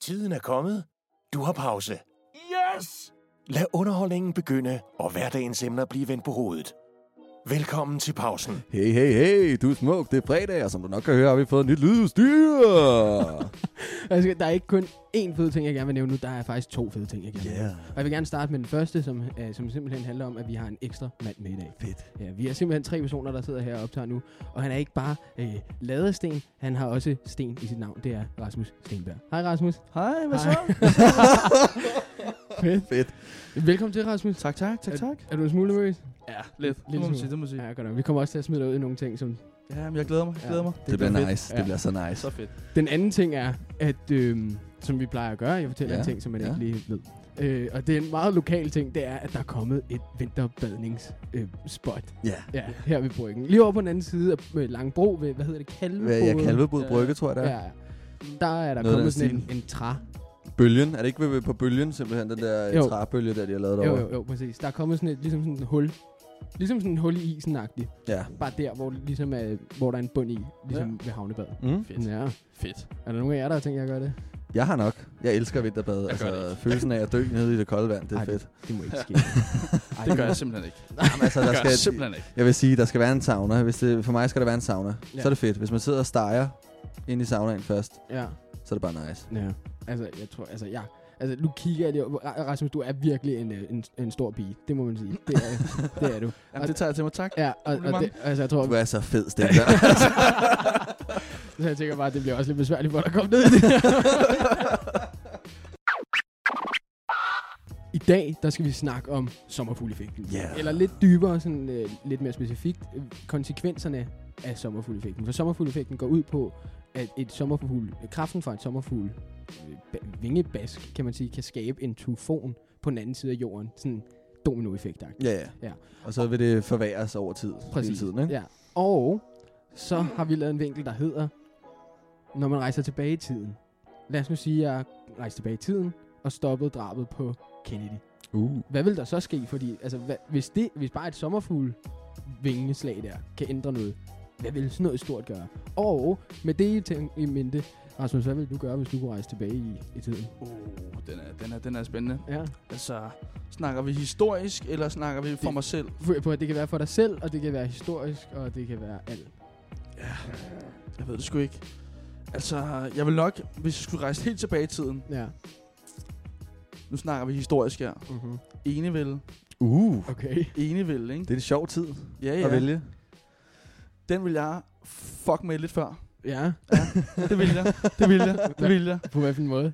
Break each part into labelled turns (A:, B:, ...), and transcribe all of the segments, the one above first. A: Tiden er kommet. Du har pause.
B: Yes!
A: Lad underholdningen begynde, og hverdagens emner blive vendt på hovedet. Velkommen til pausen.
C: Hey, hey, hey, du er smuk, det er fredag, og som du nok kan høre, har vi fået nyt lydudstyr.
D: Altså, der er ikke kun én fed ting, jeg gerne vil nævne nu. Der er faktisk to fede ting, jeg gerne vil
C: Ja.
D: nævne. Og jeg vil gerne starte med den første, som, øh, som simpelthen handler om, at vi har en ekstra mand med i dag.
C: Fedt.
D: Ja, vi er simpelthen tre personer, der sidder her og optager nu. Og han er ikke bare øh, ladesten, han har også sten i sit navn. Det er Rasmus Stenberg. Hej Rasmus.
B: Hej, hvad
D: Hej.
B: så?
D: Fedt.
C: Fedt.
D: Velkommen til, Rasmus.
B: tak, tak, tak,
D: Er-
B: tak.
D: Er du en smule nervøs?
B: Ja, lidt.
D: Lidt
B: Det må man
D: smule.
B: sige, det må man sige.
D: Ja, godt nok. Vi kommer også til at smide dig ud i nogle ting, som
B: Ja, men jeg glæder mig, jeg
D: Ja.
B: glæder mig.
C: Det bliver
D: fedt.
C: nice,
D: Ja.
C: det bliver så nice.
B: Så fedt.
D: Den anden ting er, at øh, som vi plejer at gøre, jeg fortæller
C: Ja,
D: ja, en ting, som man
C: ja.
D: ja. ikke lige ved. Øh, og det er en meget lokal ting, det er, at der er kommet et vinterbadningsspot øh, spot.
C: Ja.
D: ja, her ved bryggen. Lige over på den anden side af øh, Langbro, ved, hvad hedder det, Kalvebod?
C: Hvad, jeg Kalvebod
B: Ja.
C: Brygge, tror jeg, det er.
D: Ja, ja. Der er der
C: Noget af den
D: kommet sådan en,
C: stil.
D: en træ.
C: Bølgen, er det ikke ved- på bølgen simpelthen, den der
D: Jo.
C: jo. træbølge, der de har lavet
D: Jo,
C: derovre?
D: jo, jo, præcis. Der er kommet sådan et, ligesom sådan et hul. Ligesom sådan en hul i isen -agtig.
C: Ja.
D: Bare der, hvor, det ligesom er, hvor der er en bund i, ligesom ja. ved havnebadet.
C: Mm.
B: Fedt.
D: Ja.
B: Fedt.
D: Er der nogen af jer, der har tænkt jer at gøre det?
C: Jeg har nok. Jeg elsker vinterbad.
B: Jeg gør det
C: Altså,
B: ikke.
C: følelsen af at dø nede i det kolde vand, det er
D: Ej,
C: fedt.
D: Det må ikke ske. Ej,
B: Det gør jeg simpelthen ikke.
C: Jamen, altså,
B: Det
C: der
B: gør jeg
C: skal,
B: simpelthen ikke.
C: jeg vil sige, der skal være en sauna. Hvis det, for mig skal der være en sauna.
D: Ja.
C: Så er det fedt. Hvis man sidder og steger ind i saunaen først,
D: Ja.
C: så er det bare nice.
D: Ja, altså, jeg tror, altså, jeg... Altså, nu kigger jeg lige over- Rasmus, du er virkelig en, øh, en, en stor pige. Det må man sige. Det er, det er du.
B: Jamen, det tager jeg til mig, tak.
D: Ja, og, og det,
B: Kompliment.
D: altså, jeg tror...
C: Du er så fed, Stenberg.
D: Så jeg tænker bare, at det bliver også lidt besværligt for dig at komme ned i det I dag, der skal vi snakke om sommerfugleffekten.
C: Ja.
D: Eller lidt dybere, sådan, øh, lidt mere specifikt, øh, konsekvenserne af sommerfugleffekten. For sommerfugleffekten går ud på, at et sommerfugl, øh, kraften fra et sommerfugl, øh, ba- vingebask, kan man sige, kan skabe en tyfon på den anden side af jorden. Sådan en dominoeffekt
C: ja, ja,
D: Ja.
C: Og så vil det forværres over tid. Hele tiden, ikke?
D: Ja. Og så har vi lavet en vinkel, der hedder, når man rejser tilbage i tiden. Lad os nu sige, at jeg rejste tilbage i tiden og stoppede drabet på Kennedy.
C: Uh.
D: Hvad vil der så ske? Fordi altså, hvad, hvis, det, hvis bare et sommerfugl vingeslag der kan ændre noget, hvad vil sådan noget stort gøre? Og med det i, tænk, i mente, Rasmus, hvad vil du gøre, hvis du kunne rejse tilbage i, i tiden?
B: Uh, den er, den er, den er spændende.
D: Ja.
B: Altså, snakker vi historisk, eller snakker vi for mig selv?
D: For, for, det kan være for dig selv, og det kan være historisk, og det kan være alt.
B: Jeg ved det sgu ikke. Altså, jeg vil nok, hvis jeg skulle rejse helt tilbage i tiden,
D: Ja.
B: nu snakker vi historisk her.
D: Mm-hmm.
B: Enevælde.
C: Uh.
D: Okay.
B: Enevælde, ikke?
C: Det er en sjov tid
B: Ja,
C: at
B: ja.
C: vælge.
B: Den vil jeg fuck med lidt før.
D: Ja,
B: Det vil jeg. Det vil jeg. Det vil jeg.
D: på hvad for en måde?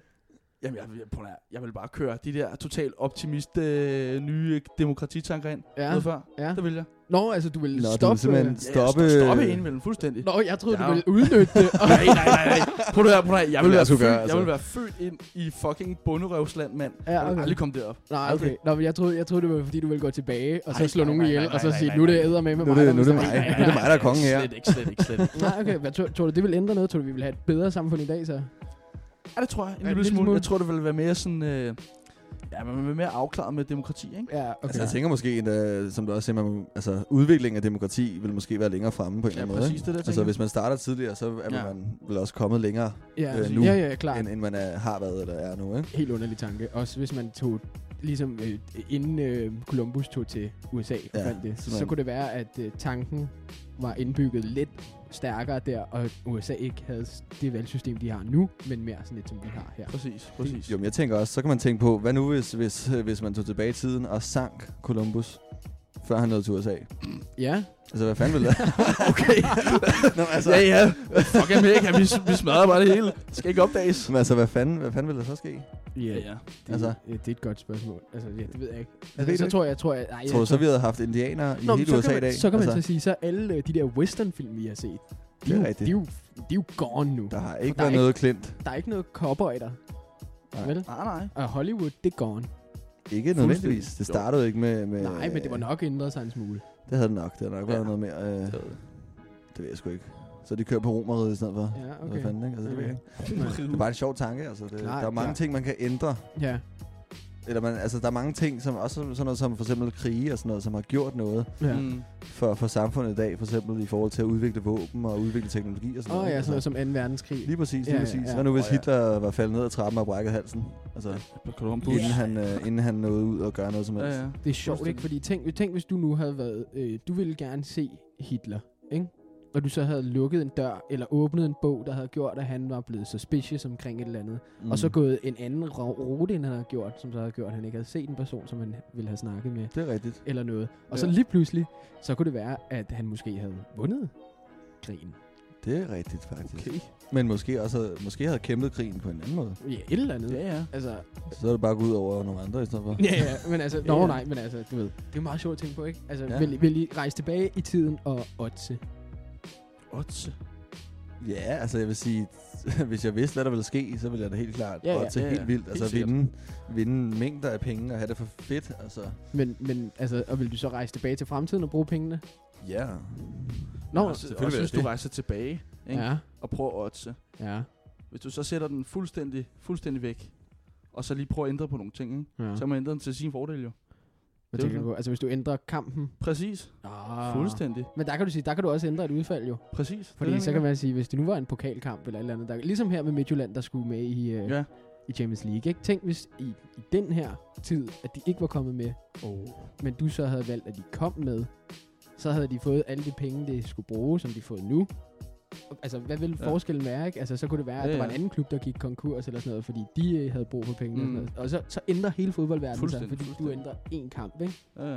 B: Jamen, jeg, jeg, prøv at, høre, jeg vil bare køre de der total optimist øh, nye demokratitanker ind. Ja.
D: Ja.
B: Noget før.
D: Ja.
B: Det vil jeg.
D: Nå, altså du vil
C: Nå, du
D: stoppe... øh,
C: vil simpelthen
B: Ja,
C: stoppe...
B: Jeg sto- stoppe enevælden fuldstændig.
D: Nå, jeg troede, ja.
B: Ja.
D: du ville udnytte det. Og...
B: Nej, nej, nej, nej. Prøv at høre, prøv at høre. Jeg vil,
C: Det er
B: være
C: sgu
B: født,
C: gøre,
B: gøre,
C: altså.
B: jeg vil være født ind i fucking bunderøvsland, mand.
D: Ja,
B: Jeg vil
D: okay.
B: aldrig komme derop.
D: Nej, okay.
B: Aldrig.
D: Nå, men jeg troede, jeg troede, det var, fordi du ville gå tilbage, og så
B: Ej,
D: slå
B: nej,
D: nogen
B: nej,
D: ihjel,
B: nej,
D: og så
B: nej,
D: sige,
B: nej,
D: nu er det
B: nej.
D: æder med med
C: Nu er
D: mig.
C: det- nu er det
D: der
C: mig.
D: bestemmer."
C: Nu er det mig, der er kongen her.
B: Slet ikke, slet ikke, slet ikke.
D: Nej, okay. Hvad, tror, tror du, det ville ændre noget? Tror du, vi ville have et bedre samfund i dag, så?
B: Ja, det tror jeg.
D: Ja,
B: En
D: en
B: lille
D: lille
B: smule.
D: smule.
B: Jeg tror, det ville være mere sådan... Øh, ja, man vil være mere afklaret med demokrati, ikke?
D: Ja, okay.
C: Altså, jeg tænker måske, at, øh, som du også siger, man, må- altså, udviklingen af demokrati vil måske være længere fremme på en
B: Ja,
C: eller anden måde.
B: præcis,
C: ikke?
B: det er det, jeg
C: altså,
B: tænker.
C: hvis man starter tidligere, så er
B: Ja.
C: ja. man vel også kommet længere,
D: ja, altså,
C: øh, nu,
D: ja, ja, klart.
C: end, end man er, har været eller er nu. Ikke?
D: Helt underlig tanke. Også hvis man tog, ligesom øh, inden øh, Columbus tog til USA,
C: Ja,
D: ja, det,
C: simpelthen.
D: så kunne det være, at øh, tanken var indbygget lidt stærkere der, og USA ikke havde det valgsystem, de har nu, men mere sådan lidt, som vi har her.
B: Præcis, præcis.
C: Jo, men jeg tænker også, så kan man tænke på, hvad nu hvis, hvis, øh, hvis man tog tilbage i tiden og sank Columbus, før han nåede til USA?
D: Ja,
C: Altså, hvad fanden ville det?
B: Okay.
C: Nå, men altså,
B: ja, ja. Fuck Amerika, vi, vi smadrer bare det hele. Det skal ikke opdages.
C: men altså, hvad fanden, hvad fanden ville der så ske?
D: ja,
B: ja.
D: Det,
C: Altså-
D: altså. øh, det er et godt spørgsmål. Altså, ja, det ved jeg ikke. Altså,
C: ved det
D: så
C: ikke.
D: tror jeg, jeg tror jeg... Nej,
C: Tror du
D: jeg
C: så, vi havde haft indianere i
D: Nå, men
C: hele
D: så
C: USA
D: kan man,
C: i dag?
D: Så kan man
C: altså,
D: så sige, så alle øh, de der westernfilm, vi har set, de,
C: Det er
D: jo-
C: rigtigt.
D: de, er jo, de er jo gone nu.
C: Der
D: Der,
C: har ikke
D: der er
C: været
D: ikke-
C: noget klint.
D: er ikke noget cowboy der.
C: Nej.
D: Vel?
B: Nej, nej.
D: Og Hollywood, det er gone.
C: Ikke nødvendigvis. Det
B: Jo.
C: startede ikke med... med øh,
D: Nej, men det var nok ændret sig en smule.
C: Det havde det nok. Det havde nok været
B: Ja.
C: noget mere... Øh,
B: Det ved jeg.
C: det ved jeg sgu ikke. Så de kører på romeriet i stedet for.
D: Ja,
C: Hvad
D: okay.
C: fanden, ikke? Altså, det, ved jeg
B: Mm.
D: Okay.
C: ikke. det er bare en sjov tanke. Altså, det,
D: Klart,
C: der er mange
D: klart.
C: ting, man kan ændre
D: Ja,
C: eller man, altså, der er mange ting, som også sådan noget som for eksempel krige og sådan noget, som har gjort noget
D: Ja.
B: Mm.
C: for, for samfundet i dag, for eksempel i forhold til at udvikle våben og udvikle teknologi og sådan
D: Åh oh,
C: noget.
D: ja,
C: ikke?
D: sådan noget
C: altså,
D: som 2. verdenskrig.
C: Lige præcis, lige
D: Ja, ja,
C: præcis.
D: ja.
C: Hvad nu hvis
B: Åh, ja.
C: Hitler var faldet ned ad trappen og brækket halsen? Altså,
B: Kan du om
C: inden, han, øh, inden han nåede ud og gøre noget som
B: Ja,
C: helst.
B: ja.
D: Det er sjovt, ikke?
B: Fuldstændig.
D: Fordi tænk, tænk, hvis du nu havde været... Øh, du ville gerne se Hitler, ikke? Og du så havde lukket en dør, eller åbnet en bog, der havde gjort, at han var blevet suspicious omkring et eller andet. Mm. Og så gået en anden ro- rute, end han havde gjort, som så havde gjort, at han ikke havde set en person, som han ville have snakket med,
C: Det er rigtigt.
D: eller noget. Og ja.
B: Ja.
D: så lige pludselig, så kunne det være, at han måske havde vundet krigen.
C: Det er rigtigt, faktisk. Okay.
B: Okay.
C: Men måske, også, måske havde kæmpet krigen på en anden måde.
D: Ja, et eller andet.
B: Ja, ja.
D: Altså,
C: Så er det bare gået ud over nogle andre i stedet for.
D: Ja, ja, men altså, nå,
B: Ja.
D: nej, men altså, du ved, det er jo meget sjovt at tænke på, ikke? Altså, ja.
C: Ja.
D: vil, vil I rejse tilbage i tiden og otse?
B: Otse.
C: Ja, altså jeg vil sige, hvis jeg vidste, hvad der ville ske, så ville jeg da helt klart
D: Ja,
C: ja,
D: ja,
C: ja, til
B: ja,
C: ja,
B: ja.
C: helt vildt. Altså
B: Helt sikkert.
C: vinde, vinde mængder af penge og have det for fedt. Altså,
D: Men, men altså, og vil du så rejse tilbage til fremtiden og bruge pengene?
C: ja.
D: Nå,
B: også,
C: selvfølgelig
B: også
C: vil
B: hvis
C: jeg
B: du
C: det.
B: rejser tilbage ikke? Ja.
D: ja,
B: og prøver at otse.
D: ja,
B: Hvis du så sætter den fuldstændig, fuldstændig væk, og så lige prøver at ændre på nogle ting, ikke?
D: ja.
B: så kan man ændre den til sin fordel jo.
D: Hvad
B: det er
D: tænker
B: jo
D: du på? Altså, hvis du ændrer kampen?
B: Præcis.
D: Ah.
B: Fuldstændig.
D: Men der kan du sige, der kan du også ændre et udfald jo.
B: Præcis. Det er
D: Fordi
B: det,
D: det,
B: jeg
D: så kan
B: mener.
D: man sige, hvis det nu var en pokalkamp eller et eller andet, der, ligesom her med Midtjylland, der skulle med i, øh, ja.
B: Ja.
D: i Champions League, ikke? Tænk, hvis i, i den her tid, at de ikke var kommet med,
B: Oh.
D: men du så havde valgt, at de kom med, så havde de fået alle de penge, de skulle bruge, som de har fået nu. Altså, hvad ville
B: Ja.
D: forskellen være, ikke? Altså, så kunne det være, at
B: Ja,
D: der var
B: ja.
D: en anden klub, der gik konkurs eller sådan noget, fordi de øh, havde brug for penge. Mm. Og,
B: Mm.
D: sådan noget. og så, så ændrer hele fodboldverdenen sig,
B: Fuldstændig,
D: fordi du
B: fuldstændig.
D: ændrer én kamp, ikke?
B: Ja, ja.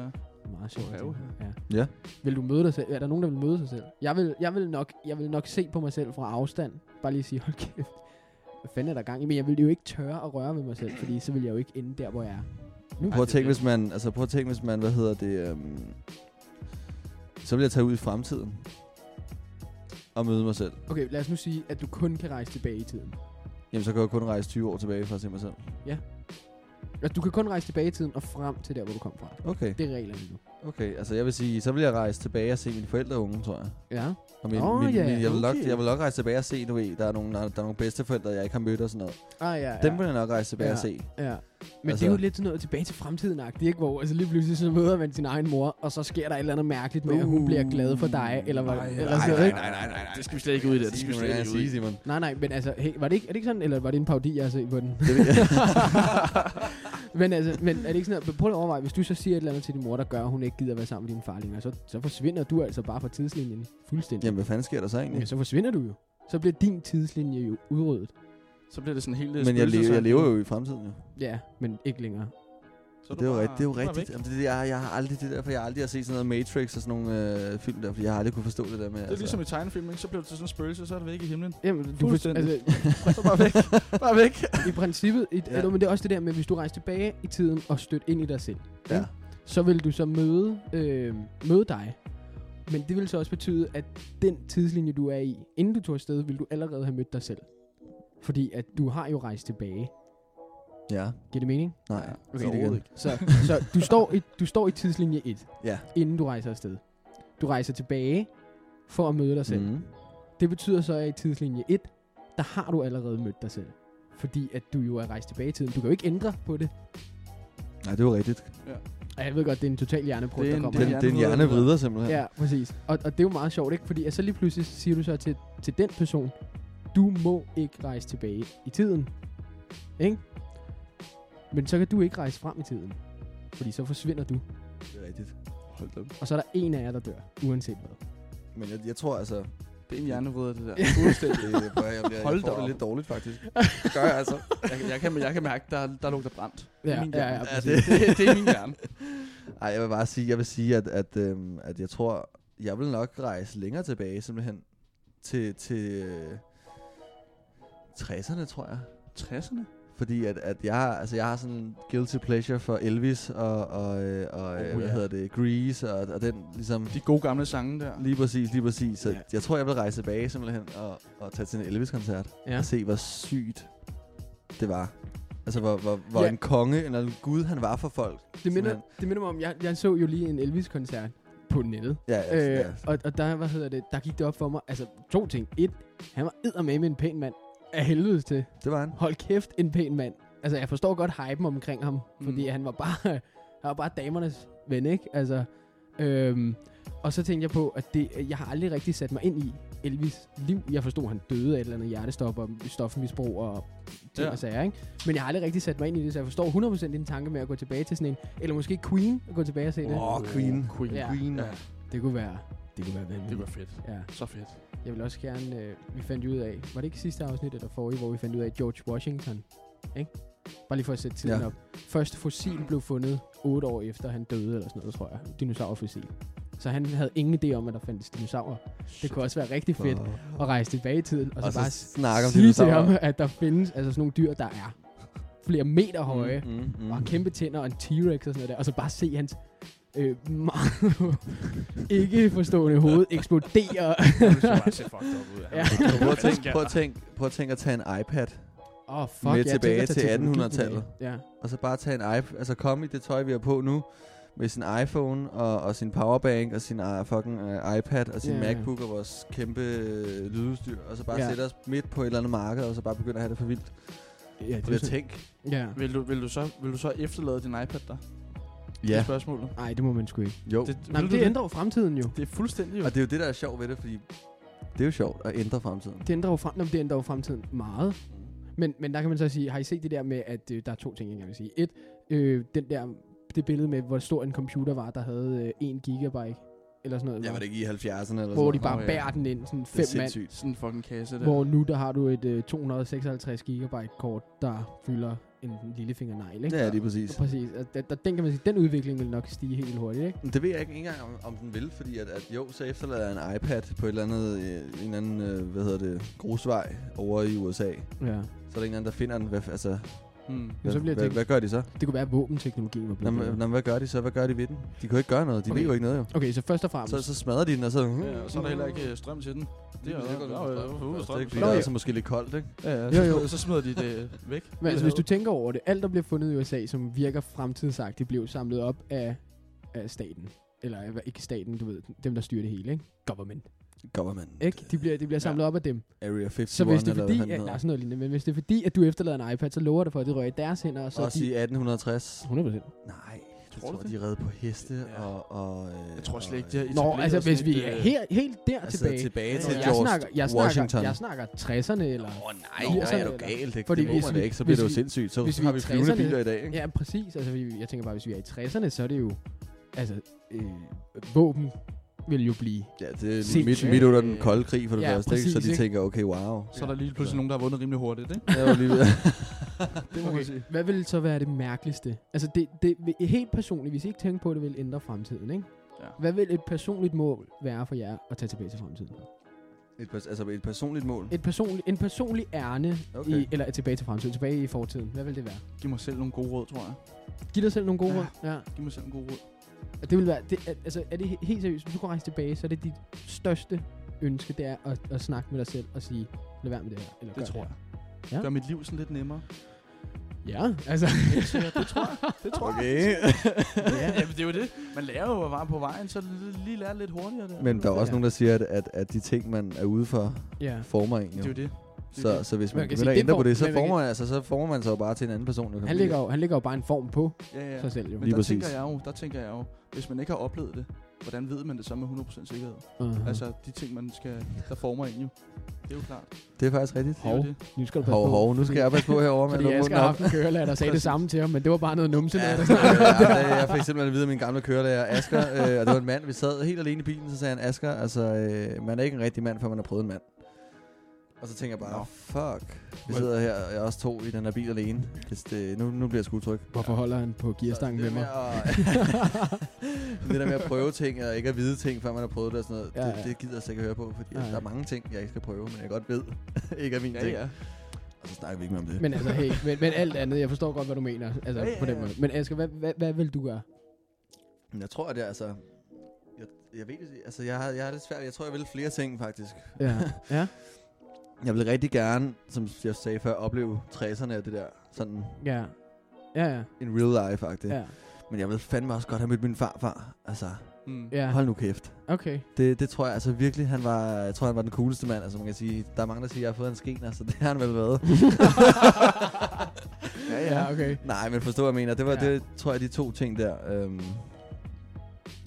D: Meget sjovt. at
B: Åh,
D: tænke på. Ja.
C: Ja.
D: Vil du møde dig selv? Er der nogen, der vil møde sig selv? Jeg vil, jeg vil, nok, jeg vil nok se på mig selv fra afstand. Bare lige sige, hold kæft. Hvad fanden er der gang i? Men jeg ville jo ikke tørre at røre ved mig selv, fordi så ville jeg jo ikke ende der, hvor jeg er.
C: Prøv at
B: det er
C: tænke,
B: det.
C: hvis man, altså, prøv at tænke, hvis man, hvad hedder det, øhm, så vil jeg tage ud i fremtiden og møde mig selv.
D: Okay, lad os nu sige, at du kun kan rejse tilbage i tiden.
C: Jamen, så kan jeg kun rejse 20 år tilbage for at se mig selv.
D: Altså, du kan kun rejse tilbage i tiden og frem til der, hvor du kom fra.
C: Okay,
D: Det er reglerne nu.
C: okay. Altså, jeg vil sige, så vil jeg rejse tilbage og se mine forældre unge, tror jeg.
D: Ja.
C: Og min,
D: Åh,
C: oh, min,
D: ja,
C: yeah, min, jeg, vil nok,
B: okay.
C: jeg vil nok rejse tilbage og se, du ved, der er nogle, der, der er nogle bedsteforældre, jeg ikke har mødt og sådan noget.
D: Ah, ja, ja.
C: Ja. Dem vil jeg nok rejse tilbage ja. og se.
D: ja. Men altså,
C: Altså-
D: det er jo lidt sådan noget tilbage til fremtiden ikke? Hvor altså, lige pludselig så møder man sin egen mor, og så sker der et eller andet mærkeligt med, at hun
B: Uh.
D: bliver glad for dig, eller hvad.
B: Ej,
D: eller
B: ej,
D: sådan
B: ej,
D: noget, ikke?
B: nej, nej, nej, nej. Det skal vi slet ikke ud i det. Det skal vi slet ikke ud i.
C: Simon.
D: Nej, nej, men altså, hey, var det ikke, er det ikke sådan, eller var det en parodi, jeg har set på den?
C: Det ved jeg.
D: men altså, men er det ikke sådan, at, prøv at overveje, hvis du så siger et eller andet til din mor, der gør, at hun ikke gider være sammen med din far længere, så, så forsvinder du altså bare fra tidslinjen fuldstændig.
C: Jamen, hvad fanden sker der så egentlig?
D: Jamen, så forsvinder du jo. Så bliver din tidslinje jo udryddet.
B: Så bliver det sådan helt... øh,
C: Men jeg, lever,
B: spøgelsesagtigt.
C: jeg lever jo i fremtiden, jo.
D: Ja, men ikke længere.
B: Så
C: Så
B: du
C: det, er jo
B: bare-
C: rigtigt, det er jo
B: du bare
C: rigtigt.
B: væk.
C: Jamen, det, er det, jeg, jeg har aldrig det der, for jeg har aldrig har set sådan noget Matrix og sådan nogle øh, film der, fordi jeg har aldrig kunne forstå det der med. altså.
B: Det er ligesom i tegnefilm, ikke? Så bliver du til sådan en spøgelse, så er det væk i himlen.
D: Jamen, du,
B: Fuldstændig.
D: altså,
B: Så bare væk. Bare væk.
D: I princippet, i, ja.
C: Ja.
D: men det er også det der med, hvis du rejser tilbage i tiden og støtter ind i dig selv,
C: Ja.
D: ikke? så vil du så møde, øh, møde dig. Men det vil så også betyde, at den tidslinje, du er i, inden du tog afsted, vil du allerede have mødt dig selv. Fordi at du har jo rejst tilbage.
C: Ja.
D: Giver det mening?
C: Nej.
D: Okay,
C: sig det
B: overhovedet
C: igen.
B: ikke.
D: Så, så du, står i, du står i tidslinje 1,
C: Ja.
D: inden du rejser afsted. Du rejser tilbage for at møde dig selv. Mm.
C: Mm.
D: Det betyder så, at i tidslinje 1, der har du allerede mødt dig selv. Fordi at du jo er rejst tilbage i tiden. Du kan jo ikke ændre på det.
C: Nej, det er jo rigtigt.
D: Og jeg ved godt, det er en total hjerneprød,
B: Det er
D: der
B: en-
D: kommer.
C: Den,
B: hjernen
C: den
B: vrider
C: hjerne
B: lidt.
C: vrider simpelthen.
D: Ja, præcis. Og, og det er jo meget sjovt, ikke? Fordi at så lige pludselig siger du så til, til den person, du må ikke rejse tilbage i tiden. Ikke? Men så kan du ikke rejse frem i tiden. Fordi så forsvinder du.
C: Det er rigtigt.
B: Hold da op.
D: Og så er der en af jer, der dør. Uanset hvad.
C: Men jeg, jeg tror altså,
B: Det er en hjernevrider, det der.
C: fuldstændig, jeg, bliver, jeg, bliver,
B: Hold
C: jeg får
B: da
C: det
B: op.
C: lidt dårligt faktisk. Det gør jeg altså.
B: Jeg, kan- jeg, kan, jeg kan mærke, der, der lugter brændt.
D: Ja,
B: min
D: ja,
B: hjerne.
D: ja,
C: Ja,
D: præcis.
C: det,
B: Det, det er min hjerne.
C: Ej, jeg vil bare sige, jeg vil sige at, at, øhm, at jeg tror, jeg vil nok rejse længere tilbage, simpelthen, til, til øh, 60'erne, tror jeg.
B: 60'erne?
C: Fordi at, at jeg, har, altså jeg har sådan en guilty pleasure for Elvis og, og, øh, og oh,
B: Oh,
C: hvad
B: ja.
C: hedder det, Grease og, og den ligesom...
B: De gode gamle sange der.
C: Lige præcis, lige præcis. Så
B: Ja.
C: ja. jeg tror, jeg vil rejse tilbage simpelthen og, og tage til en Elvis-koncert
D: Ja.
C: og se, hvor sygt det var. Altså, hvor, hvor, hvor
D: Ja.
C: ja. en konge eller en gud han var for folk.
D: Det minder,
C: simpelthen.
D: det minder mig om, jeg, jeg så jo lige en Elvis-koncert på nettet.
C: Ja, ja,
D: Øh,
C: øh, ja.
D: og, og der, hvad hedder det, der gik det op for mig, altså to ting. Et, han var eddermame en pæn mand. Af helvedes til.
C: Det var han.
D: Hold kæft, en pæn mand. altså jeg forstår godt hypen omkring ham, mm. fordi
B: Mm.
D: han var bare, han var bare damernes ven, ikke? Altså, øhm, og så tænkte jeg på, at det, jeg har aldrig rigtig sat mig ind i Elvis liv. Jeg forstod, han døde af et eller andet hjertestop og stofmisbrug og ting ja.
B: Ja.
D: og sager, ikke? Men jeg har aldrig rigtig sat mig ind i det, så jeg forstår 100% din tanke med at gå tilbage til sådan en, eller måske Queen at gå tilbage og se det.
C: Åh, oh, Queen.
B: Queen.
D: Ja.
C: Queen.
B: Ja.
D: Det kunne være, det kunne være
B: Det
D: vanvittigt.
B: var fedt.
D: Ja.
B: Så fedt.
D: Jeg vil også gerne, øh, vi fandt ud af, var det ikke sidste afsnit eller forrige, hvor vi fandt ud af George Washington, ikke? Bare lige for at sætte tiden
C: Ja.
D: ja. op. Første fossil blev fundet 8 år efter han døde, eller sådan noget, tror jeg. Dinosaurfossil. Så han havde ingen idé om, at der fandtes dinosaurer. Det kunne også være rigtig fedt at rejse tilbage i tiden, og,
C: Og så
D: så bare
C: snakke om
D: sige til
C: dinosaurer.
D: ham, at der findes altså sådan nogle dyr, der er flere meter høje, mm,
C: Mm, mm,
D: og har kæmpe tænder og en T-Rex og sådan noget der, og så bare se hans øh, meget ikke forstående hoved eksplodere.
B: Det så bare se fucked up ud.
D: Ja.
C: Prøv at tænke, prøv at tænke, prøv at tænke at tage en iPad,
D: Åh, oh, fuck.
C: Med
D: jeg
C: tilbage
D: tænker,
C: til
D: teknologien
C: 1800-tallet.
D: tilbage. Ja.
C: og så bare tage en iPad, altså komme i det tøj, vi har på nu, med sin iPhone og, og sin powerbank og sin uh, fucking uh, iPad og sin
D: Ja,
C: yeah.
D: ja.
C: MacBook og vores kæmpe uh, lydudstyr, og så bare
D: Ja.
C: yeah. sætte os midt på et eller andet marked, og så bare begynde at have det for vildt.
D: Ja,
C: Prøv at tænke.
D: Ja.
B: Vil du, vil, du så, vil du så efterlade din iPad der? Det er
C: Ja,
B: spørgsmålet.
D: Nej, det må man sgu ikke.
C: jo.
B: Det,
D: Nej,
B: vil
D: men
B: du
D: det ændrer jo fremtiden jo.
B: det er fuldstændig jo.
C: Og det er jo det, der er sjovt ved det, fordi det er jo sjovt at ændre fremtiden.
D: Det ændrer jo, frem, Nå, men det ændrer jo fremtiden meget. Men, men der kan man så sige, har I set det der med, at øh, der er to ting, jeg gerne vil sige. Et, øh, den der, det billede med, hvor stor en computer var, der havde øh, 1 gigabyte, eller sådan noget.
C: Jeg var det ikke i 70'erne eller
D: hvor
C: sådan
D: de bare
B: Nå, ja.
D: bærer den ind, sådan
C: Det er
D: fem mand.
C: sindssygt.
B: Sådan en fucking kasse der.
D: Hvor nu, der har du et øh, 256 gigabyte kort, der fylder en lillefinger negl, ikke?
C: Ja, lige præcis.
D: Præcis. Og der, der, den kan man sige, den udvikling vil nok stige helt hurtigt, ikke?
C: Men Det ved jeg ikke engang, om, om den vil, fordi at, at jo, så efterlader jeg en iPad på et eller andet, øh, en eller anden, øh, hvad hedder det, grusvej over i USA.
D: Ja.
C: Så er der en eller anden, der finder den. Hvad, f- altså,
B: Mm.
C: hvad,
D: så bliver
C: hvad,
D: det-
C: hvad gør de så?
D: Det kunne være, at våbenteknologien var blevet
C: Jamen,
D: bedre.
C: jamen, hvad gør de så? Hvad gør de ved den? De kan jo ikke gøre noget. De okay.
D: Okay.
C: ved jo ikke noget, jo.
D: Okay, så først og fremmest.
C: Så, så smadrer de den, og så...
B: Ja, og så er der heller ikke øh, strøm til den. Det er jo
C: det,
B: ja, ja, ja,
C: det,
B: strøm.
C: det, det,
D: Nå,
C: det
D: ja.
C: er så måske lidt koldt, ikke?
B: Ja, ja,
D: Jo, jo.
B: så, smider- så smider de det øh, væk.
D: Men altså, hvis du tænker over det, alt der bliver fundet i USA, som virker fremtidsagtigt, bliver jo samlet op af, af staten. Eller af- ikke staten, du ved, dem der styrer det hele, ikke? Government.
C: Government.
D: Ikke? De bliver, de bliver samlet ja. op af dem.
C: Area 51,
D: Så hvis det er
C: eller
D: fordi,
C: hvad
D: at,
C: han
D: nej,
C: hedder.
D: sådan noget lignende, men hvis det er fordi, at du efterlader en iPad, så lover det for, at det rører i deres hænder, og så er
C: Også i
D: de...
C: 1860.
D: 100
C: Nej, jeg
B: Tror
C: tror,
B: du det?
C: de red på heste
B: Ja.
C: og... og øh,
B: Jeg tror slet
C: og,
B: ikke, de har
C: øh,
D: Nå,
B: etableret
D: altså
B: sådan
D: hvis
B: et,
D: vi er
B: øh,
D: helt, helt der
C: altså,
D: tilbage.
C: tilbage
D: Nå,
C: til
B: Nå,
D: jeg,
C: George
D: snakker, jeg,
C: Washington.
D: snakker, jeg snakker 60'erne, eller...
C: Åh oh, nej,
D: Nå,
C: Nå,
D: sådan
C: er du
D: eller-
C: galt, ikke?
D: Fordi
C: Fordi det må
D: hvis
C: man
D: vi-
C: da ikke, så bliver
D: hvis
C: det jo
D: vi-
C: sindssygt. Så
D: hvis vi
C: har
D: i
C: vi flyvende
D: 60'erne
C: biler i dag, ikke?
D: Ja, præcis. Altså, vi- jeg tænker bare, hvis vi er i 60'erne, så er det jo... Altså, øh, våben vil jo blive
C: Ja, det er
D: Sindssygt.
C: midt, midt under den kolde krig for det
D: Ja,
C: første, ikke? Så
D: præcis,
C: de
D: ikke?
C: tænker, okay, wow.
B: Så er der lige pludselig nogen, der har vundet rimelig hurtigt, ikke?
C: Jeg var lige ved.
B: Det må man sige.
D: Hvad vil så være det mærkeligste? Altså det, det vil- helt personligt, hvis I ikke tænker på det, vil ændre fremtiden, ikke?
B: Ja.
D: Hvad vil et personligt mål være for jer at tage tilbage til fremtiden?
C: Et, pers- altså et personligt mål.
D: Et personligt, en personlig ærne, okay.
C: Okay.
D: i, eller tilbage til fremtiden, tilbage i fortiden. Hvad vil det være?
B: Giv mig selv nogle gode råd, tror jeg.
D: Giv dig selv nogle gode
B: Ja.
D: råd. Ja.
B: Giv mig selv nogle gode råd.
D: Og Det vil være, det, er- altså er det he- helt seriøst, hvis du kan rejse tilbage, så er det dit største ønske, det er at, at snakke med dig selv og sige, lad være med det her. Eller
B: Det
D: gør
B: tror jeg.
D: Ja.
B: Gør mit liv sådan lidt nemmere.
D: Ja, altså.
B: det tror jeg. Det tror jeg.
C: Okay.
B: Ja, jamen, det er jo det. Man lærer jo at være på vejen, så det lige lærer lidt hurtigere. Der.
C: Men der er også
D: Ja.
C: nogen, der siger, at, at, at de ting, man er ude for,
D: ja.
C: former en
B: Det er
C: jo.
B: jo det. det er
C: Så,
B: det.
C: så hvis
D: Man
C: man,
D: kan
C: begynder
D: sige,
C: at
D: det
C: ændre på
D: form-
C: det, så
D: men man
C: former, man, altså, så former man sig jo bare til en anden person. jo, kan man
D: Han lægger, jo, han lægger jo bare en form på
B: Ja, ja.
D: ja. sig selv, jo.
B: Men
C: Lige
B: der
C: præcis.
B: tænker jeg jo, der tænker jeg jo, hvis man ikke har oplevet det, hvordan ved man det så med 100% sikkerhed?
D: Uh-huh.
B: Altså, de ting, man skal, der former en jo. Det er jo klart. Det
C: sige. Det er faktisk rigtigt.
B: er jo
D: Hov.
B: det.
D: Nu skal du passe
C: Hov,
D: på.
C: hov, nu skal
D: fordi-
C: jeg passe på herovre med at
D: Fordi
C: lukke
D: jeg skal
C: munden
D: have
C: op.
D: haft en kørelærer, der sagde det
B: Præcis.
D: samme til ham, men det var bare noget numse.
C: Ja,
D: Ja.
C: det var- ja, jeg fik simpelthen at vide af min gamle kørelærer, Asger, øh, og det var en mand, vi sad helt alene i bilen, så sagde han, Asger, altså, øh, man er ikke en rigtig mand, før man har prøvet en mand. Og så tænker jeg bare,
B: Nå.
C: fuck, vi sidder her, og jeg er også to i den her bil alene. Det, det, nu, nu bliver jeg sgu utryg.
D: Hvorfor holder han på gearstangen med
C: Altså, det der
D: mig?
C: Med at, det der med at prøve ting, og ikke at vide ting, før man har prøvet det og sådan noget,
D: Ja,
C: ja,
D: ja.
C: ja. Det, det gider jeg slet ikke høre på, fordi
D: Nej.
C: ja, ja. der er mange ting, jeg ikke skal prøve, men jeg godt ved, ikke er min
B: Ja,
C: ting.
B: ja.
C: Og så snakker vi ikke mere om det.
D: Men altså, hey, men, men alt andet, jeg forstår godt, hvad du mener. Altså,
B: Ja, ja,
D: på den
B: ja.
D: måde. Men Asger, hvad, hvad, hvad vil du gøre?
C: Men jeg tror, at jeg altså... Jeg, jeg ved det, altså jeg har, jeg har lidt svært. Jeg tror, jeg vil flere ting, faktisk.
D: Ja. ja.
C: Jeg vil rigtig gerne, som jeg sagde før, opleve 60'erne og det der, sådan
D: Ja. Ja, ja.
C: in real life faktisk. Ja.
D: Ja.
C: Men jeg vil fandme også godt have mødt min farfar. Altså,
B: Mm.
D: ja.
C: ja. hold nu kæft.
D: Okay.
C: Det, det tror jeg altså virkelig, han var, jeg tror, han var den cooleste mand. Altså man kan altså, sige, der er mange, der siger, at jeg har fået en skener, så det har han vel været.
B: ja, ja.
D: okay.
C: Nej, men forstå, hvad jeg mener. Det var,
D: Ja.
C: ja. det tror jeg, de to ting der. Øhm,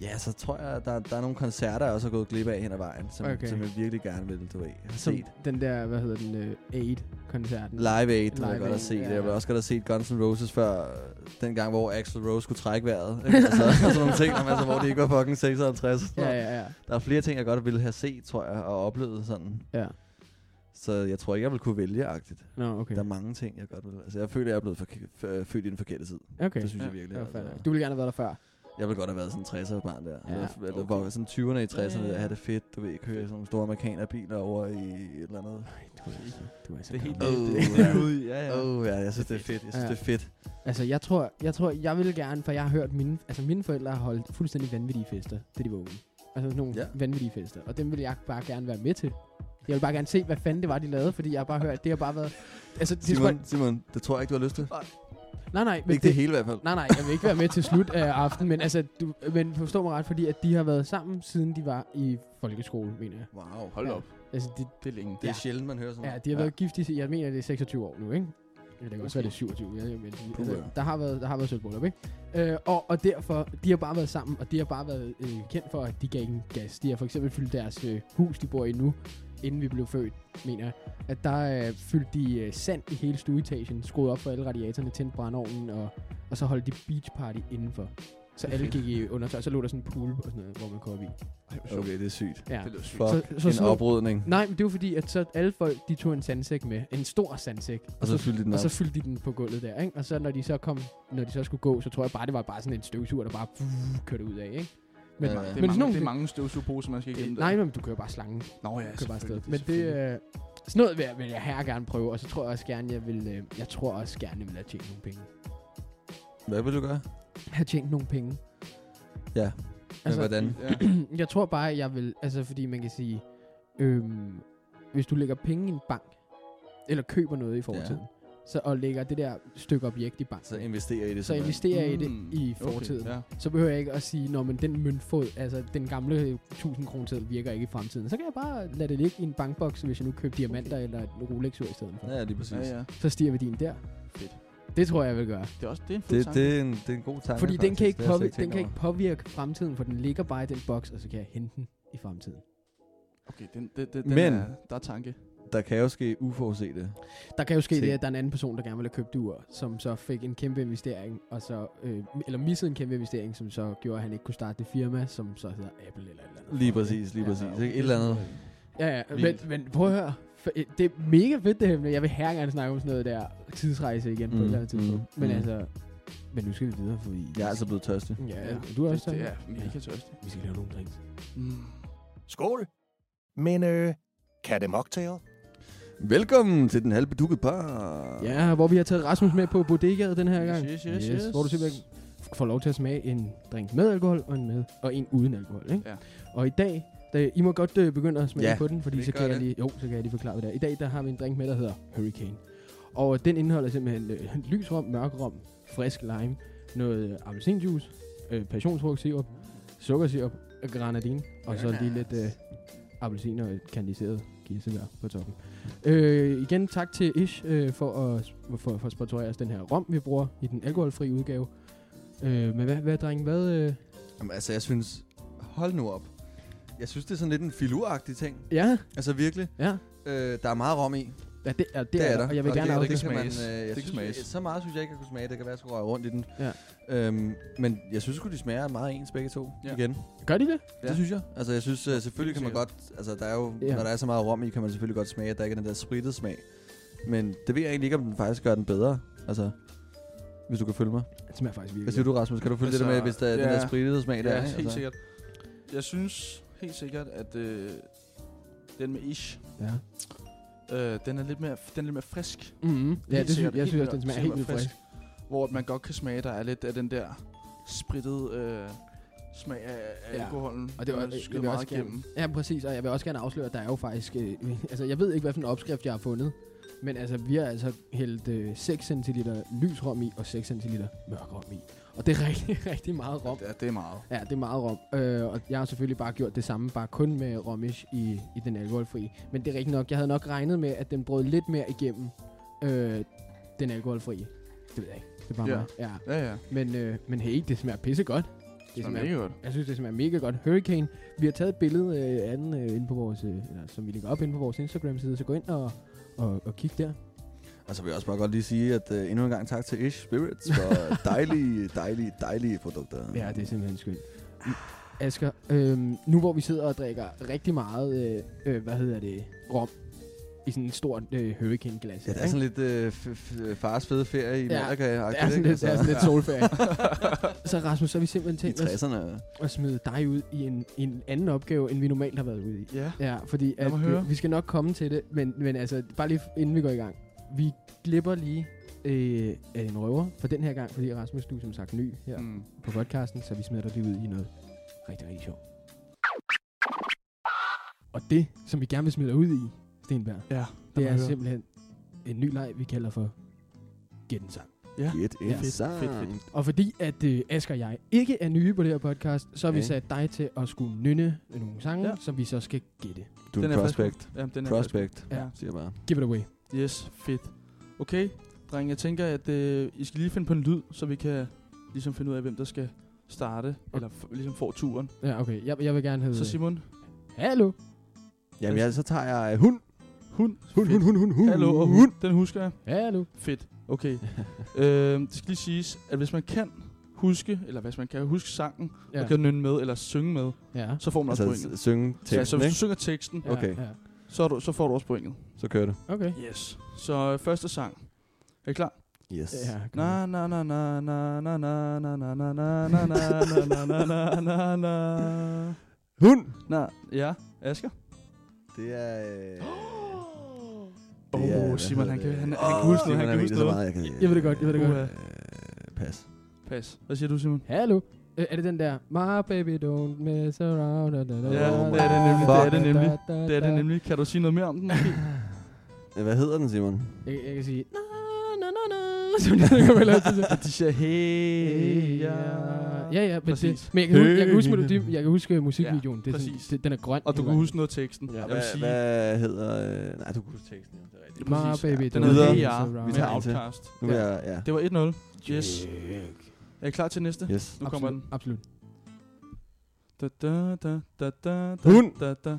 C: ja, så tror jeg, der, der er nogle koncerter, jeg også har gået glip af hen ad vejen, som,
D: Okay.
C: okay. som jeg virkelig gerne vil, du ved, have
D: Som
C: set.
D: den der, hvad hedder den, øh, Aid-koncerten.
C: Live Aid, vil
D: Live
C: jeg godt have
D: Aid,
C: set.
D: ja.
C: Ja. Jeg vil også godt have set Guns N' Roses før, øh, den gang, hvor Axl Rose skulle trække vejret. Ikke? Altså, og sådan nogle ting, altså, hvor det ikke var fucking 56.
D: Ja, ja, ja.
C: Der er flere ting, jeg godt ville have set, tror jeg, og oplevet sådan.
D: ja.
C: Så jeg tror ikke, jeg vil kunne vælge-agtigt.
D: Nå, okay.
C: Okay. Der er mange ting, jeg godt vil. Altså, jeg føler, jeg er blevet forke- f- øh, født i den forkerte tid.
D: Okay.
C: Det synes jeg
B: Ja,
C: virkelig.
D: Det var
C: altså.
D: fandme- Du ville gerne have været der før.
C: Jeg vil godt have været sådan en 60'er barn der.
D: Ja,
C: Ja, eller eller
B: okay.
C: okay. sådan 20'erne i 60'erne,
B: Ja, ja,
C: ja,
B: ja.
C: ja. have det fedt, du ved, køre i sådan nogle store amerikanerbiler over i et eller andet.
D: Du er så
B: Det er helt
D: gammel.
C: Øh,
B: det, det, det, er ude i. Ja, ja.
D: Øh.
C: Åh oh, ja, jeg synes, det er fedt. Jeg synes,
D: Ja.
C: ja. det er fedt.
D: Altså, jeg tror, jeg tror, jeg ville gerne, for jeg har hørt mine, altså mine forældre har holdt fuldstændig vanvittige fester, da de var unge. Altså sådan nogle ja.
C: Ja.
D: vanvittige fester, og dem ville jeg bare gerne være med til. Jeg ville bare gerne se, hvad fanden det var, de lavede, fordi jeg har bare hørt, det har bare været... Altså, det tror jeg,
C: Simon, Simon, det tror jeg ikke, du har lyst til.
D: nej, nej, men
C: Ikke det, det hele i hvert fald.
D: Nej, nej, jeg vil ikke være med til slut af aftenen, men altså, du, men forstå mig ret, fordi at de har været sammen, siden de var i folkeskole, mener jeg.
C: Wow,
B: Hold
D: Ja.
B: op.
D: Altså, de,
B: Det er længe.
C: det er
D: Ja.
C: sjældent, man hører sådan
D: Ja, de har været ja. gift i, jeg mener, det er 26 år nu, ikke? Det kan også
B: Okay.
D: være, det er 27. Jeg, jeg,
C: Puh,
D: altså,
C: ja.
D: der har været, der har været sølvbrøllup, ikke? Øh, og, og derfor, de har bare været sammen, og de har bare været øh, kendt for, at de gav en gas. De har for eksempel fyldt deres øh, hus, de bor i nu, inden vi blev født, mener jeg. At der øh, fyldte de øh, sand i hele stueetagen, skruede op for alle radiatorerne, tændte brandovnen, og, og så holdt de beach party indenfor. Så alle gik i undertøj, så lå der sådan en pool og sådan noget, hvor man kunne op i.
C: Okay, det er sygt.
D: Ja. øh,
B: Det lyder sygt.
C: Fuck,
D: Så- så
C: så,
D: sådan
C: så en
D: nogle-
C: oprydning.
D: Nej, men det var fordi, at så alle folk, de tog en sandsæk med. En stor sandsæk.
C: Og så fyldte de den
D: Og
C: op.
D: så fyldte de den på gulvet der, ikke? Og så når de så kom, når de så skulle gå, så tror jeg bare, det var bare sådan en støvsuger, der bare vuh, kørte ud af, ikke? Men,
C: Ja,
D: ja,
C: ja.
D: ja.
B: Det
D: men
B: er, mange,
D: sådan nogle, Øh,
B: det er mange støvsugposer, man skal igennem.
D: Nej, men du kører bare slangen.
B: der. Nå ja,
D: Du kører bare afsted.
B: selvfølgelig,
D: Men det,
B: selvfølgelig.
D: øh, sådan noget vil jeg, vil jeg her gerne prøve, og så tror jeg også gerne, jeg vil, øh, jeg tror også gerne, jeg vil have tjent nogle penge.
C: Hvad vil du gøre?
D: Have tjent nogle penge. Altså-
C: Ja. Men hvordan?
D: øh,
B: Ja.
D: jeg tror bare, jeg vil... Altså, fordi man kan sige... Øhm, hvis du lægger penge i en bank, eller køber noget i fortiden, ja. så, og lægger det der stykke objekt i banken,
C: Så investerer I det.
D: så
C: simpelthen.
D: investerer jeg i det
B: Mm,
D: i fortiden.
B: Okay, ja.
D: Så behøver jeg ikke at sige, når men den møntfod, altså den gamle 1000 kroner seddel virker ikke i fremtiden. Så kan jeg bare lade det ligge i en bankboks, hvis jeg nu køber diamanter okay. eller et Rolex i stedet for. Ja.
C: Ja, lige
B: Ja,
C: præcis.
B: ja.
D: Så stiger værdien der.
B: Fedt.
D: Det tror jeg, jeg vil gøre.
B: Det er også det er en fed
C: Det,
B: tanke.
C: det, er en, det er en god tanke.
D: Fordi den
C: faktisk.
D: kan, ikke
C: Det har jeg slet
D: påvirke,
C: tænkt
D: den kan
C: over.
D: ikke påvirke fremtiden, for den ligger bare i den boks, og så kan jeg hente den i fremtiden.
B: Okay, den, den, den, den
C: Men-
B: er, der er tanke.
C: Der kan jo ske uforudsete.
D: Der kan jo ske
C: Se.
D: det, at der er en anden person, der gerne ville have købt det ur, som så fik en kæmpe investering, og så, øh, eller missede en kæmpe investering, som så gjorde, at han ikke kunne starte det firma, som så hedder Apple eller et eller andet.
C: Lige præcis, lige
D: Ja,
C: præcis. Ikke? Et eller andet.
D: Ja, ja, men,
C: Vildt.
D: men prøv at høre. For, øh, Det er mega fedt det her, men jeg vil her gerne snakke om sådan noget der tidsrejse igen mm, på et
C: Mm,
D: eller andet tidspunkt. Mm,
C: mm,
D: men
C: mm.
D: altså, men nu skal vi videre, for vi...
C: Jeg er altså blevet tørstig.
D: Ja, ja. du er også
B: det,
D: sådan.
B: det er mega tørstig.
D: Vi skal lave nogle drinks.
B: Mm.
A: Skål! Men øh, kan det mocktail?
C: Velkommen til den halvbedukkede par.
D: Ja, hvor vi har taget Rasmus med på bodegaet den her
B: Yes,
D: gang.
B: yes, yes, yes.
D: Hvor du simpelthen f- får lov til at smage en drink med alkohol og en med og en uden alkohol, ikke?
B: Ja.
D: Og i dag, da, I må godt øh, begynde at smage
C: Ja,
D: på den, fordi
C: vi
D: så
C: gør
D: kan, jeg
C: det.
D: lige, jo, så kan jeg lige forklare det der. I dag, der har vi en drink med, der hedder Hurricane. Og den indeholder simpelthen øh, lys rom, mørk rom, frisk lime, noget øh, appelsinjuice, øh, passionsfrugtsirup, sukkersirup, øh, granadine, og så lige lidt øh, appelsin og et kandiseret kirsebær på toppen. Øh, igen tak til Ish øh, for, at, for, for at sponsorere os den her rom, vi bruger i den alkoholfri udgave. Øh, men hvad, hvad drenge, hvad... Øh,
C: Jamen, altså, jeg synes... Hold nu op. Jeg synes, det er sådan lidt en filuragtig ting.
D: ja,
C: Altså, virkelig.
D: ja.
C: Øh, og der er meget rom i. Det,
D: Ja, det er, det, det er der, og jeg vil gerne
C: det,
D: af
C: det,
D: det.
C: kan man, øh,
B: smages.
C: jeg
B: Det kan
C: synes,
B: smages.
C: Så meget synes jeg ikke, jeg kunne smage. Det kan være, at jeg skulle røre rundt i den.
D: Ja.
C: Øhm, men jeg synes sgu, de smager meget ens begge to
B: Ja.
C: ja. igen.
D: Gør de det?
C: Ja. Det synes jeg. Altså, jeg synes øh, selvfølgelig kan man
B: Helt
C: godt... Altså, der er jo,
D: Ja.
C: ja. når der er så meget rom i, kan man selvfølgelig godt smage, at der ikke er den der sprittede smag. Men det ved jeg egentlig ikke, om den faktisk gør den bedre. Altså, hvis du kan følge mig.
D: Det smager faktisk
C: Hvad
D: virkelig
C: siger du, Rasmus? Kan du følge altså,
B: Altså,
C: det der med, hvis der er ja. den
B: ja.
C: der sprittede smag der? altså?
B: Ja,
C: ikke?
D: altså.
B: helt sikkert. Jeg synes helt sikkert, at øh, den med ish,
D: godt. Ja.
B: øh, den, er lidt mere, den er lidt mere frisk.
D: Mm-hmm. ja,
B: Helt
D: det synes,
B: sikkert.
D: jeg
B: Helt
D: synes også, den smager
B: sikkert
D: helt vildt frisk.
B: frisk. Hvor at man godt kan smage, der er lidt af den der sprittede øh, smag af
D: Ja.
B: af alkoholen.
D: Og det var,
B: man
D: jeg,
B: skyder
D: jeg vil
B: meget
D: også
B: igennem.
D: gerne, ja, præcis, og jeg vil også gerne afsløre, at der er jo faktisk... Øh, altså, jeg ved ikke, hvad for en opskrift, jeg har fundet, men altså, vi har altså hældt øh, 6 cl lys rom i og 6 cl mørk rom i. Og det er rigtig, rigtig meget rom.
B: Ja, det er meget.
D: Ja, det er meget rom. Øh, og jeg har selvfølgelig bare gjort det samme, bare kun med romish i, i den alkoholfri. Men det er rigtigt nok, jeg havde nok regnet med, at den brød lidt mere igennem øh, den alkoholfri. Det ved jeg ikke. Det er bare
B: Ja.
D: mig. Ja.
B: Ja, ja.
D: Men, øh, men hey, det smager pissegodt. Det
B: Det er
D: smager
B: mega godt.
D: Jeg synes, det smager mega godt. Hurricane. Vi har taget et billede øh, af den øh, inde på vores, øh, eller, som vi lægger op inde på vores Instagram-side, så gå ind og, og, og kig der.
C: Og så Altså, vil jeg også bare godt lige sige, at øh, endnu en gang tak til Ish Spirits for dejlige, dejlige, dejlige produkter.
D: Ja, det er simpelthen skønt. Asger, øhm, nu hvor vi sidder og drikker rigtig meget, øh, øh, hvad hedder det, rom i sådan et stort øh, hurricane-glas.
C: Ja,
D: her,
C: det er
D: ikke?
C: sådan lidt øh, f- f- fars fede ferie i
D: Ja,
C: Malaga.
D: det er sådan lidt, det er sådan lidt solferie. så Rasmus, så har vi simpelthen tænkt
C: Altså, I
D: os
C: 60'erne.
D: at smide dig ud i en, en anden opgave, end vi normalt har været ude i.
B: Ja.
D: Ja, fordi
B: Lad
D: at,
B: mig høre.
D: øh, vi skal nok komme til det, men, men altså, bare lige inden vi går i gang. Vi glipper lige øh, af en røver for den her gang, fordi Rasmus, du er som sagt ny her
B: Mm.
D: på podcasten, så vi smider dig lige ud i noget rigtig, rigtig sjovt. Og det, som vi gerne vil smide dig ud i, Stenberg,
B: Ja, lad
D: det
B: mig
D: er
B: høre.
D: simpelthen en ny leg, vi kalder for Gæt en sang.
B: Ja.
C: Get in
D: Ja.
C: ja.
B: Fedt,
C: sang.
B: fedt, fedt.
D: Og fordi at øh, Asger og jeg ikke er nye på det her podcast, så har vi
C: Okay.
D: sat dig til at skulle nynne nogle sange,
B: Ja.
D: som vi så skal gætte.
C: Du er
B: Den
C: en
B: er frisk.
C: prospect.
B: Ja, den er frisk.
C: Prospect,
B: Ja.
C: siger jeg bare.
D: Give it away.
B: Yes, fedt. Okay, dreng, jeg tænker, at øh, I skal lige finde på en lyd, så vi kan ligesom finde ud af, hvem der skal starte, eller f- ligesom får turen.
D: Ja, okay. Jeg, jeg vil gerne hedde...
B: Så Simon,
D: Hallo.
C: Jamen, ja, så tager jeg øh, hund.
B: hund.
D: Hund,
B: Fedt.
D: hund, hund, hund, hund.
B: Hallo og hund, den husker jeg.
D: Hallo.
B: Fedt, okay. øhm, det skal lige siges, at hvis man kan huske, eller hvis man kan huske sangen,
D: Ja.
B: ja. og kan nynne med, eller synge med,
D: Ja.
B: så får man
C: Altså,
B: altså, også pointet.
C: s- synge
B: Ja, så
C: teksten,
B: hvis du
C: ikke?
B: synger teksten,
D: Ja,
C: Okay.
D: Ja.
B: så, er du, så får du også pointet.
C: Så kører det.
D: Okay.
B: Yes. Så øh, første sang. Er I klar?
C: Yes.
D: Ja, kom.
B: Na na na na na na na na na na na na na na na na na na
C: Hund!
B: na ja, Asger.
C: Det er... Øh,
B: Åh,
C: det er-
B: oh,
C: hvad
B: Simon,
C: hedder
B: han kan,
C: det?
B: han, han
C: Åh,
B: kan huske noget,
C: Simon,
B: han kan
C: ved
B: huske
C: det så
B: noget.
C: meget, jeg kan...
D: Jeg ved det godt, jeg ved det godt.
B: Uha.
C: Øh, Pas.
B: Pas. Hvad siger du, Simon?
D: Hallo. Øh, er det den der? My baby don't mess around. Da, da, da,
B: Ja,
D: da,
B: det er det nemlig,
D: da,
B: det er det
D: da,
B: nemlig,
D: da, da,
B: Det er det
D: da.
B: nemlig. Kan du sige noget mere om den? måske?
C: Øh, Hvad hedder den, Simon?
B: Øh,
D: Jeg, jeg kan sige... Na, na, na, na. Som det kommer vel altid til.
B: De siger, hey, ja.
D: Ja, ja, men, det,
B: Præcis.
D: men jeg, kan, huske, jeg, kan huske, melodi, jeg kan huske musikvideoen. det er sådan,
B: præcis.
D: det, den er grøn.
B: Og
D: hele
B: du kan
D: vejen.
B: huske noget af teksten. Jeg vil
C: hvad,
B: sige,
C: hvad hedder... Øh, nej, du kunne huske teksten, jo. Det er rigtigt.
B: præcis,
D: My baby
B: den
D: don't
B: hedder
C: Videre.
B: Hey,
D: mess
B: ja,
C: Vi
D: around.
B: med
C: tager en til.
B: Outcast.
C: Nu vil jeg... Ja.
B: Det var 1-0. Yes. Er I klar til næste?
C: Yes.
B: Nu kommer den.
D: Absolut, Absolut.
B: Da, da, da, da, da, da,
C: Hund.
B: Da, da.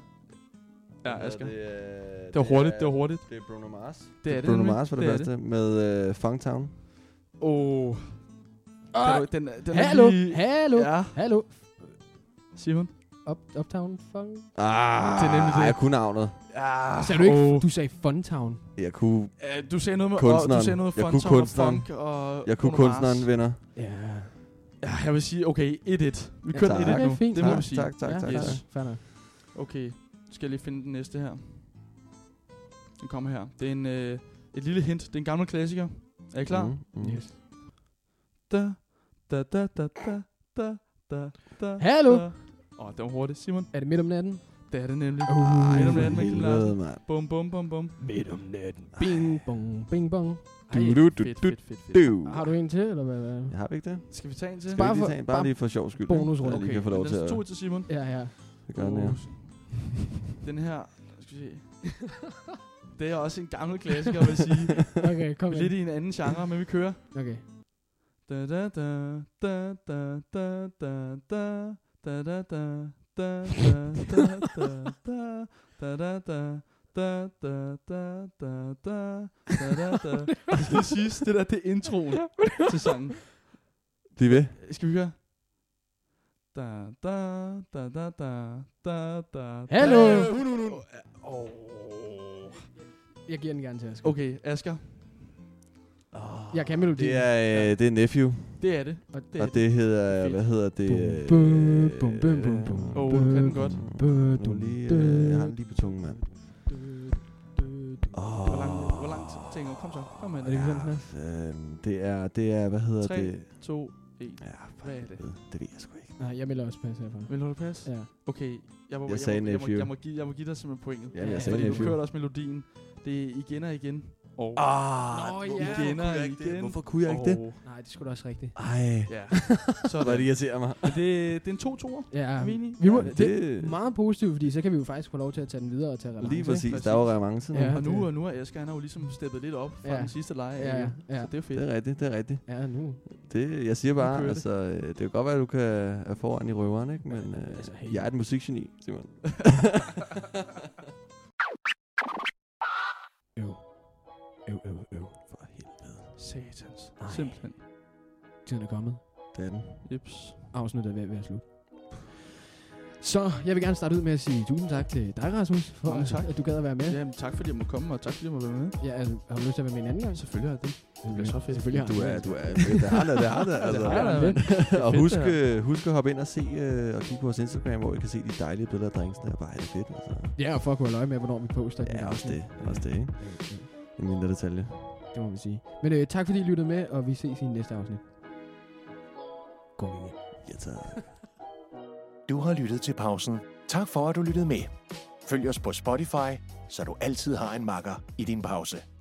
B: Ja, Asger.
C: Det, øh,
B: Det var hurtigt, det var hurtigt.
C: Det er Bruno Mars.
B: Det er det
C: Bruno
B: nemlig.
C: Mars var det,
B: Det er
C: første med øh, Funktown.
B: Åh. Kan
D: Ah,
B: du- Den, er- den er
D: Hallo.
B: lige-
D: Hallo.
B: Ja,
D: Hallo.
B: Simon.
D: Up, uptown Funk.
C: Ah,
B: Det er nemlig det.
C: Ej, jeg kunne navnet. Ah,
B: Ja.
D: Sagde du ikke? Du sagde Funtown.
C: Jeg kunne,
B: Øh, Du sagde noget med
C: Kunstneren.
B: Og, du sagde noget
C: Jeg
B: funk,
C: kunne
B: og
C: kunstneren.
B: Funk og
C: jeg kunne
B: Bruno
C: kunstneren,
B: Mars.
C: venner.
D: Ja.
B: Ja, jeg vil sige, okay, 1-1. Vi
D: Ja,
B: kører
C: tak.
B: 1-1
D: Det
B: nu.
D: er fint.
B: Det må vi sige.
C: tak, tak,
D: ja,
C: tak,
B: yes.
C: tak.
D: Fair nok.
B: Okay, nu skal jeg lige finde den næste her. Den kommer her. Det er en, øh, et lille hint. Det er en gammel klassiker. Er I klar?
C: Mm, mm.
D: Yes.
B: Da, da, da, da, da, da, da, da.
D: Hallo.
B: da. Åh, oh, det var hurtigt, Simon.
D: Er det midt om natten?
B: Det er det nemlig.
C: Ej,
B: Midt om
C: for
B: natten med Kim
C: helvede,
B: Larsen.
C: mand.
B: Bum, bum, bum, bum.
D: Midt om natten. Bing, bong, bing, bong.
C: Du,
B: Ej,
C: du, du,
B: fedt,
C: du,
B: fedt, fedt, fedt.
C: Du.
D: Har du en til, eller hvad? hvad?
C: Jeg har vi ikke det?
B: Skal vi tage en til?
C: Skal vi
D: Bare
C: ikke
D: for-
C: lige tage en? Bare
D: bare
C: lige for sjov skyld.
D: bonusrunde.
C: Okay, lige kan få
B: men
C: lov
B: lad
C: til
B: os
C: at
B: to til Simon.
D: Ja, ja.
C: at gøre den her.
B: Den her, skal vi se. Det er også en gammel klassiker, vil jeg sige.
D: Okay, kom
B: Lidt
D: ind.
B: i en anden genre, men vi kører.
D: Okay.
B: Da da da da da da da da da da da da da da da da da da da da da da da da da da Det skal lige siges, det der, det er introen til sangen.
C: Bliv ved.
B: Skal vi høre? Da da da da da da da
D: Hallo!
B: Åh.
D: Jeg giver den gerne til Asger.
B: Okay, Asger,
D: Jeg kan melodien.
C: Det er, øh, det er Nephew,
B: det er det.
C: og det hedder,
B: Fedt.
C: hvad hedder det?
D: Bum,
C: øh,
D: bum, bum, bum, bum, bum,
B: Åh, du kan den godt.
C: Nu lige, øh, jeg har den lige på tungen, mand. Åh.
B: Hvor langt, hvor langt tænker du? Kom så, kom med
D: Er det
B: det.
D: ikke sådan, den er?
C: Øhm, det er, det er, hvad hedder
B: Tre.
C: det?
B: 2, 1.
C: Ja, for
B: Hvad er det?
C: helvede. Det ved jeg sgu ikke.
D: Nej, jeg melder også pas herfra.
B: Vil du holde pas?
D: Ja.
B: Okay, jeg må,
C: Jeg sagde
B: må, jeg, må,
C: nephew.
B: jeg, må give, jeg må give dig simpelthen pointet.
C: Jamen,
D: jeg
B: Ja,
D: sagde
B: fordi du
C: nephew.
B: kørte også melodien. Det er igen og igen. Og
C: Ah,
D: Nå,
C: hvor-
D: ja.
C: hvorfor kunne
B: Kender
C: jeg ikke det?
B: igen.
C: Hvorfor kunne jeg ikke det?
B: og-
D: Nej, det skulle da også rigtigt.
C: Ej,
B: Ja.
C: så var det
B: Sådan.
C: irriterer mig.
B: Men det, det er en 2-2'er.
D: Ja,
B: Mini.
D: vi må,
C: Jamen,
D: det er meget positivt, fordi så kan vi jo faktisk få lov til at tage den videre og tage relance.
C: Lige præcis,
B: Præcis.
C: der var revancen.
D: Ja.
C: Ja.
B: Og nu,
D: det-
B: og nu er Asger, han har jo ligesom steppet lidt op fra
D: Ja.
B: den sidste leg.
D: Ja,
B: ikke?
D: ja.
B: Så det er jo fedt.
C: Det er rigtigt, det er rigtigt.
D: Ja, nu.
C: Det, jeg siger
B: Nu
C: bare,
B: kører det.
C: altså, øh, det kan godt være, at du kan er foran i røveren, ikke? Men øh,
D: altså,
C: altså,
D: hey.
C: hey. jeg er et musikgeni, Simon.
D: Øv. Øv, øv, øv.
C: For helvede.
B: Satans.
D: Nej.
B: Simpelthen.
D: Tiden er kommet.
C: Det er den.
B: Jeps.
D: Afsnittet er ved at være slut. Så jeg vil gerne starte ud med at sige tusind tak til dig, Rasmus, for
B: Mange tak.
D: at du gad at være med.
B: Jamen, tak fordi jeg måtte komme, og tak fordi jeg måtte være med.
D: Ja, altså, har du lyst til at være med en anden gang?
B: Selvfølgelig er det.
D: Det
B: bliver så fedt.
D: Selvfølgelig har
C: Du
D: jeg.
C: er, du er, det har der, det har der. Altså.
B: har der.
C: og
B: fedt,
C: husk,
B: det her.
C: øh, husk at hoppe ind og se øh, og kigge på vores Instagram, hvor I kan se de dejlige billeder af drengsene. Og bare have det fedt, altså.
D: Ja, og for at kunne holde øje med, hvornår vi poster. den
C: Ja,
D: gang.
C: også det. Også det, ikke? En mindre detalje.
D: Det må vi sige. Men øh, tak fordi I lyttede med, og vi ses i næste afsnit. God weekend.
C: Ja, tak.
A: Du har lyttet til pausen. Tak for, at du lyttede med. Følg os på Spotify, så du altid har en makker i din pause.